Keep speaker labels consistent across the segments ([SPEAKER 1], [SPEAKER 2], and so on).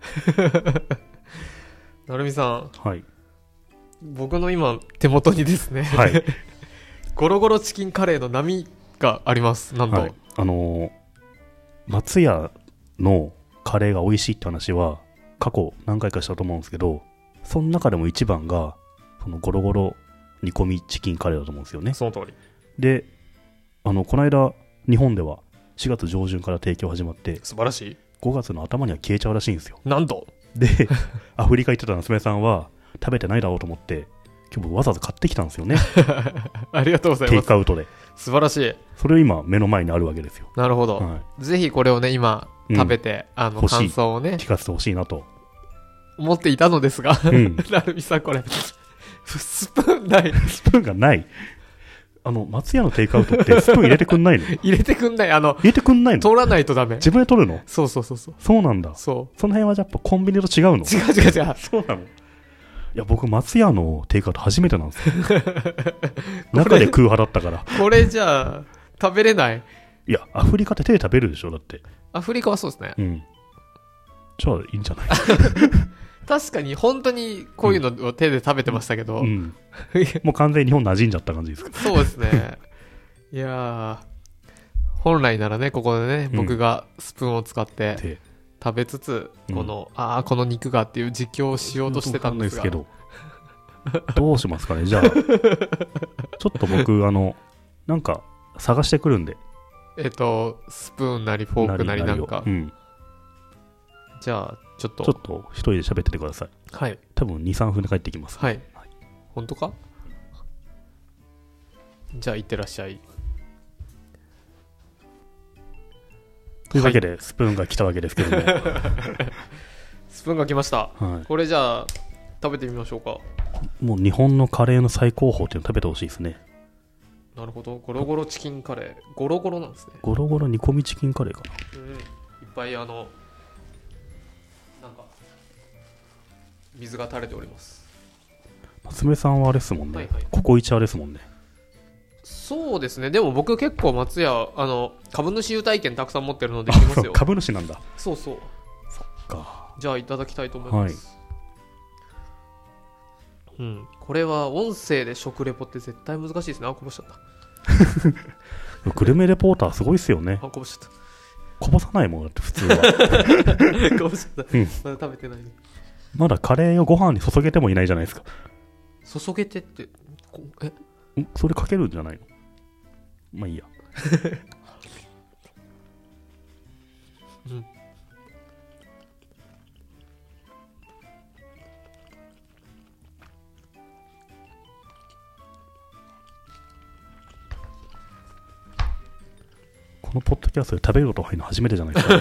[SPEAKER 1] なるみさん、
[SPEAKER 2] はい。
[SPEAKER 1] 僕の今、手元にですね、
[SPEAKER 2] はい。
[SPEAKER 1] ゴロゴロチキンカレーの波があります、なんと。
[SPEAKER 2] はい、あのー松屋のカレーが美味しいって話は、過去何回かしたと思うんですけど、その中でも一番が、そのゴロゴロ煮込みチキンカレーだと思うんですよね。
[SPEAKER 1] その通り。
[SPEAKER 2] で、あの、この間、日本では4月上旬から提供始まって、
[SPEAKER 1] 素晴らしい。
[SPEAKER 2] 5月の頭には消えちゃうらしいんですよ。
[SPEAKER 1] なんと。
[SPEAKER 2] で、アフリカ行ってた娘さんは、食べてないだろうと思って、今日僕わざわざ買ってきたんですよね。
[SPEAKER 1] ありがとうござい
[SPEAKER 2] テ
[SPEAKER 1] ま
[SPEAKER 2] イ
[SPEAKER 1] す。
[SPEAKER 2] クアウトで。
[SPEAKER 1] 素晴らしい。
[SPEAKER 2] それを今、目の前にあるわけですよ。
[SPEAKER 1] なるほど。
[SPEAKER 2] は
[SPEAKER 1] ぜひこれをね、今、
[SPEAKER 2] い。
[SPEAKER 1] 食べ
[SPEAKER 2] て、
[SPEAKER 1] て、あの、
[SPEAKER 2] 欲しい
[SPEAKER 1] 感想をね、
[SPEAKER 2] 聞かせてほしいなと。
[SPEAKER 1] 持っていたのですが、
[SPEAKER 2] うん。
[SPEAKER 1] なるみさん、これ、 スプーンない。
[SPEAKER 2] スプーンがない。あの、松屋のテイクアウトってスプーン入れてくん ないの入
[SPEAKER 1] 入れてくんない。あの、
[SPEAKER 2] れてくんないの
[SPEAKER 1] 取らないとダメ。
[SPEAKER 2] 自分で取るの
[SPEAKER 1] そうそうそうそう。
[SPEAKER 2] そうなんだ。
[SPEAKER 1] そ
[SPEAKER 2] その辺はやっぱコンビニと違うの
[SPEAKER 1] う。違う違う違う。
[SPEAKER 2] そうなのいや、僕、松屋のテイクアウト初めてなんで すよ。中で食う派だったから。
[SPEAKER 1] これじゃあ、食べれない。
[SPEAKER 2] いや、アフリカって手で食べるでしょだって。
[SPEAKER 1] アフリカはそうですね。
[SPEAKER 2] うん。じゃあ、いいんじゃない
[SPEAKER 1] 確かに、本当にこういうのを手で食べてましたけど、
[SPEAKER 2] うん。もう完全に日本馴染んじゃった感じですか。
[SPEAKER 1] そうですね。いやー、本来ならね、ここでね、
[SPEAKER 2] うん
[SPEAKER 1] 僕がスプーンを使って
[SPEAKER 2] 手
[SPEAKER 1] 食べつつ、
[SPEAKER 2] うん
[SPEAKER 1] この、ああ、この肉がっていう実況をしようとしてたんですが。
[SPEAKER 2] ど。どうしますかねじゃあ。ちょっと僕、あの、なんか、探してくるんで。
[SPEAKER 1] えっと、スプーンなりフォークなりなんか
[SPEAKER 2] をう。ん。
[SPEAKER 1] じゃあ、ちょっと。
[SPEAKER 2] ちょっと、一人で喋っててください。
[SPEAKER 1] はい。
[SPEAKER 2] 多分、2、3分で帰ってきます。
[SPEAKER 1] はい。本当かじゃあ、いってらっしゃい。
[SPEAKER 2] というわけで、スプーンが来たわけですけども。
[SPEAKER 1] スプーンが来ました。
[SPEAKER 2] は
[SPEAKER 1] これじゃあ、食べてみましょうか。
[SPEAKER 2] い。もう、日本のカレーの最高峰っていうの食べてほしいですね。
[SPEAKER 1] なるほど。ゴロゴロチキンカレー。ゴロゴロなんですね。
[SPEAKER 2] ゴロゴロ煮込みチキンカレーかな。
[SPEAKER 1] うん。いっぱいあの、なんか、水が垂れております。
[SPEAKER 2] 夏目さんはあれですもんね。
[SPEAKER 1] はいはい
[SPEAKER 2] ココイチあれですもんね。
[SPEAKER 1] そうですね。でも僕結構松屋、あの、株主優待券たくさん持ってるので、
[SPEAKER 2] あ
[SPEAKER 1] いきます
[SPEAKER 2] そう
[SPEAKER 1] よ。
[SPEAKER 2] 株主なんだ。
[SPEAKER 1] そうそう。
[SPEAKER 2] か
[SPEAKER 1] じゃあいただきたいと思います、うん、これは音声で食レポって絶対難しいですねあこぼしちゃった
[SPEAKER 2] グルメレポーターすごいっすよね。
[SPEAKER 1] あこぼしちゃっ
[SPEAKER 2] こぼさないもんだって普 通は。
[SPEAKER 1] たこぼしちゃった、
[SPEAKER 2] うん
[SPEAKER 1] まだ食べてないのに
[SPEAKER 2] まだカレーをご飯に注げてもいないじゃないですか。
[SPEAKER 1] 注げてってこえ
[SPEAKER 2] んそれかけるんじゃないのまあいいや。このポッドキャストで食べること入るの初めてじゃな いですか。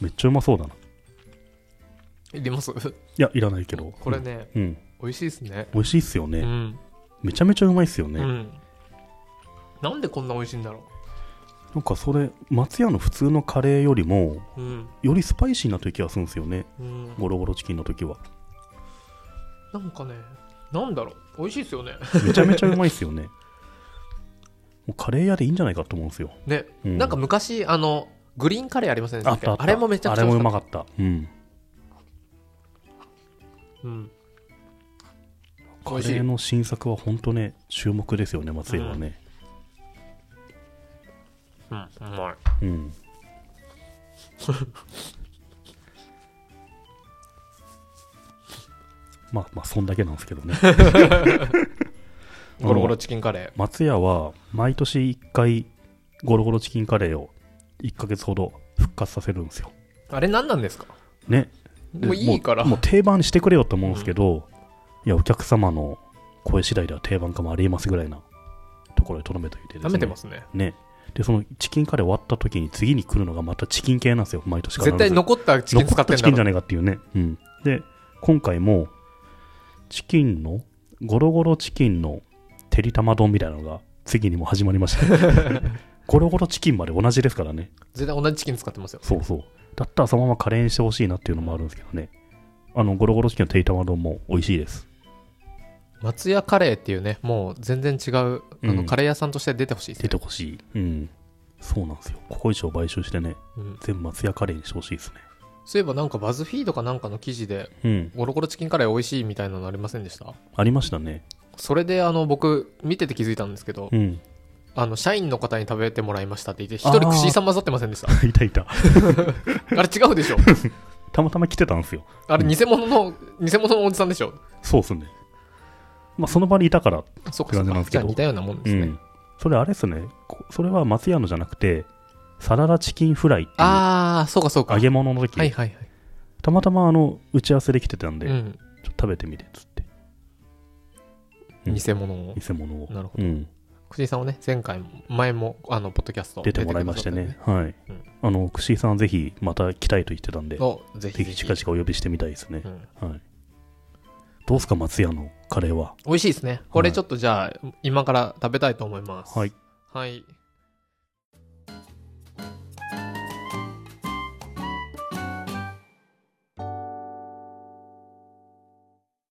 [SPEAKER 2] めっちゃうまそうだな。い
[SPEAKER 1] 入れます
[SPEAKER 2] や、いらないけど。
[SPEAKER 1] これね、
[SPEAKER 2] うん。うん。
[SPEAKER 1] 美味しいですね
[SPEAKER 2] 美味しいっすよね。
[SPEAKER 1] うん、
[SPEAKER 2] めちゃめちゃうまいっすよね。
[SPEAKER 1] うん、なんでこんな美味しいんだろ
[SPEAKER 2] なんかそれ、松屋の普通のカレーよりも、
[SPEAKER 1] ううん、
[SPEAKER 2] よりスパイシーなという気がするんですよね。
[SPEAKER 1] うん、
[SPEAKER 2] ゴロゴロチキンの時は。
[SPEAKER 1] なんかねなんだろう美味しいですよね
[SPEAKER 2] めちゃめちゃうまいっすよね。も うカレー屋でいいんじゃないかと思うんですよ。
[SPEAKER 1] ね、
[SPEAKER 2] うん
[SPEAKER 1] なんか昔あのグリーンカレーありませんでした
[SPEAKER 2] あ
[SPEAKER 1] っ
[SPEAKER 2] っ
[SPEAKER 1] け
[SPEAKER 2] たあった。
[SPEAKER 1] れもめちゃくちゃ
[SPEAKER 2] あれ
[SPEAKER 1] 美
[SPEAKER 2] も
[SPEAKER 1] 味
[SPEAKER 2] う
[SPEAKER 1] しか
[SPEAKER 2] ま
[SPEAKER 1] っ
[SPEAKER 2] かった。うん。
[SPEAKER 1] たうん
[SPEAKER 2] カ
[SPEAKER 1] 美
[SPEAKER 2] レ
[SPEAKER 1] 味しい
[SPEAKER 2] ーの新作は本当ね、注目ですよね、松屋はね。
[SPEAKER 1] うんうまい
[SPEAKER 2] うん。 まあまあ、そんだけなんですけどね。
[SPEAKER 1] ゴロゴロチキンカレー
[SPEAKER 2] 松屋は毎年1回ゴロゴロチキンカレーを1ヶ月ほど復活させるんですよ。
[SPEAKER 1] あれ何なんですか
[SPEAKER 2] ね。で
[SPEAKER 1] もういいから。
[SPEAKER 2] もうもう定番にしてくれよと思うんですけど、いや、お客様の声次第では定番化もありえますぐらいなところでとどめといてですね。
[SPEAKER 1] 舐めてますね。
[SPEAKER 2] ね。で、そのチキンカレー終わった時に次に来るのがまたチキン系なんですよ、毎年必ず
[SPEAKER 1] 絶対残ったチキン使
[SPEAKER 2] 残
[SPEAKER 1] っ
[SPEAKER 2] ってた
[SPEAKER 1] ん
[SPEAKER 2] チ
[SPEAKER 1] だ
[SPEAKER 2] キンじ
[SPEAKER 1] ろ
[SPEAKER 2] ゃねえかっていうね。うん。で、今回も、チキンの、ゴロゴロチキンのてりたま丼みたいなのが、次にもう始まりました。 ゴロゴロチキンまで同じですからね。
[SPEAKER 1] 絶対同じチキン使ってますよ。
[SPEAKER 2] そうそう。だったらそのままカレーにしてほしいなっていうのもあるんですけどね。あの、ゴロゴロチキンのてりたま丼も美味しいです。
[SPEAKER 1] 松屋カレーっていうね、もう全然違う、あ
[SPEAKER 2] う
[SPEAKER 1] の、
[SPEAKER 2] ん
[SPEAKER 1] カレー屋さんとして出てほしいですね
[SPEAKER 2] 出て。ほしい。うん。そうなんですよ。ココイチを買収してね、
[SPEAKER 1] うん
[SPEAKER 2] 全部松屋カレーにしてほしいですね。
[SPEAKER 1] そういえばなんかバズフィードかなんかの記事で
[SPEAKER 2] うん
[SPEAKER 1] ゴロゴロチキンカレー美味しいみたいなのありませんでした
[SPEAKER 2] ありましたね
[SPEAKER 1] それであの僕見てて気づいたんですけど、
[SPEAKER 2] うん
[SPEAKER 1] あの社員の方に食べてもらいましたって言って一人串井さん混ざってませ んでした
[SPEAKER 2] いたいた
[SPEAKER 1] あれ違うでしょ
[SPEAKER 2] たまたま来てたんですよ
[SPEAKER 1] あれ偽物の偽物のおじさんでしょ
[SPEAKER 2] そうっすねまあその場にいたから
[SPEAKER 1] そっ
[SPEAKER 2] って
[SPEAKER 1] かそっ
[SPEAKER 2] 感じなん
[SPEAKER 1] か
[SPEAKER 2] です
[SPEAKER 1] じ
[SPEAKER 2] け
[SPEAKER 1] ゃ
[SPEAKER 2] ど
[SPEAKER 1] あ似たようなもんですね、
[SPEAKER 2] うん、それあれっすねこそれは松屋のじゃなくてサラダチキンフライっていう
[SPEAKER 1] ああそうかそうか
[SPEAKER 2] 揚げ物の時、
[SPEAKER 1] はいはいはい
[SPEAKER 2] たまたまあの打ち合わせで来てたんで、
[SPEAKER 1] う
[SPEAKER 2] ちょっ
[SPEAKER 1] ん
[SPEAKER 2] と食べてみてっつってうん
[SPEAKER 1] 偽物を
[SPEAKER 2] 偽物を、
[SPEAKER 1] なるほ
[SPEAKER 2] う
[SPEAKER 1] ど
[SPEAKER 2] ん、
[SPEAKER 1] 串井さんをね前回も前もあのポッドキャスト
[SPEAKER 2] 出てもらいましてね
[SPEAKER 1] 出てく
[SPEAKER 2] はい、
[SPEAKER 1] うん
[SPEAKER 2] あの串井さんぜひまた来たいと言ってたんで
[SPEAKER 1] ださったんでねおぜ
[SPEAKER 2] ぜ
[SPEAKER 1] ひぜ
[SPEAKER 2] ひ
[SPEAKER 1] ひ
[SPEAKER 2] 近々お呼びしてみたいですね
[SPEAKER 1] う、ん
[SPEAKER 2] はい、どうっすか松屋のカレーは
[SPEAKER 1] 美味しいですねこれちょっとじゃあ今から食べたいと思います
[SPEAKER 2] はい
[SPEAKER 1] はい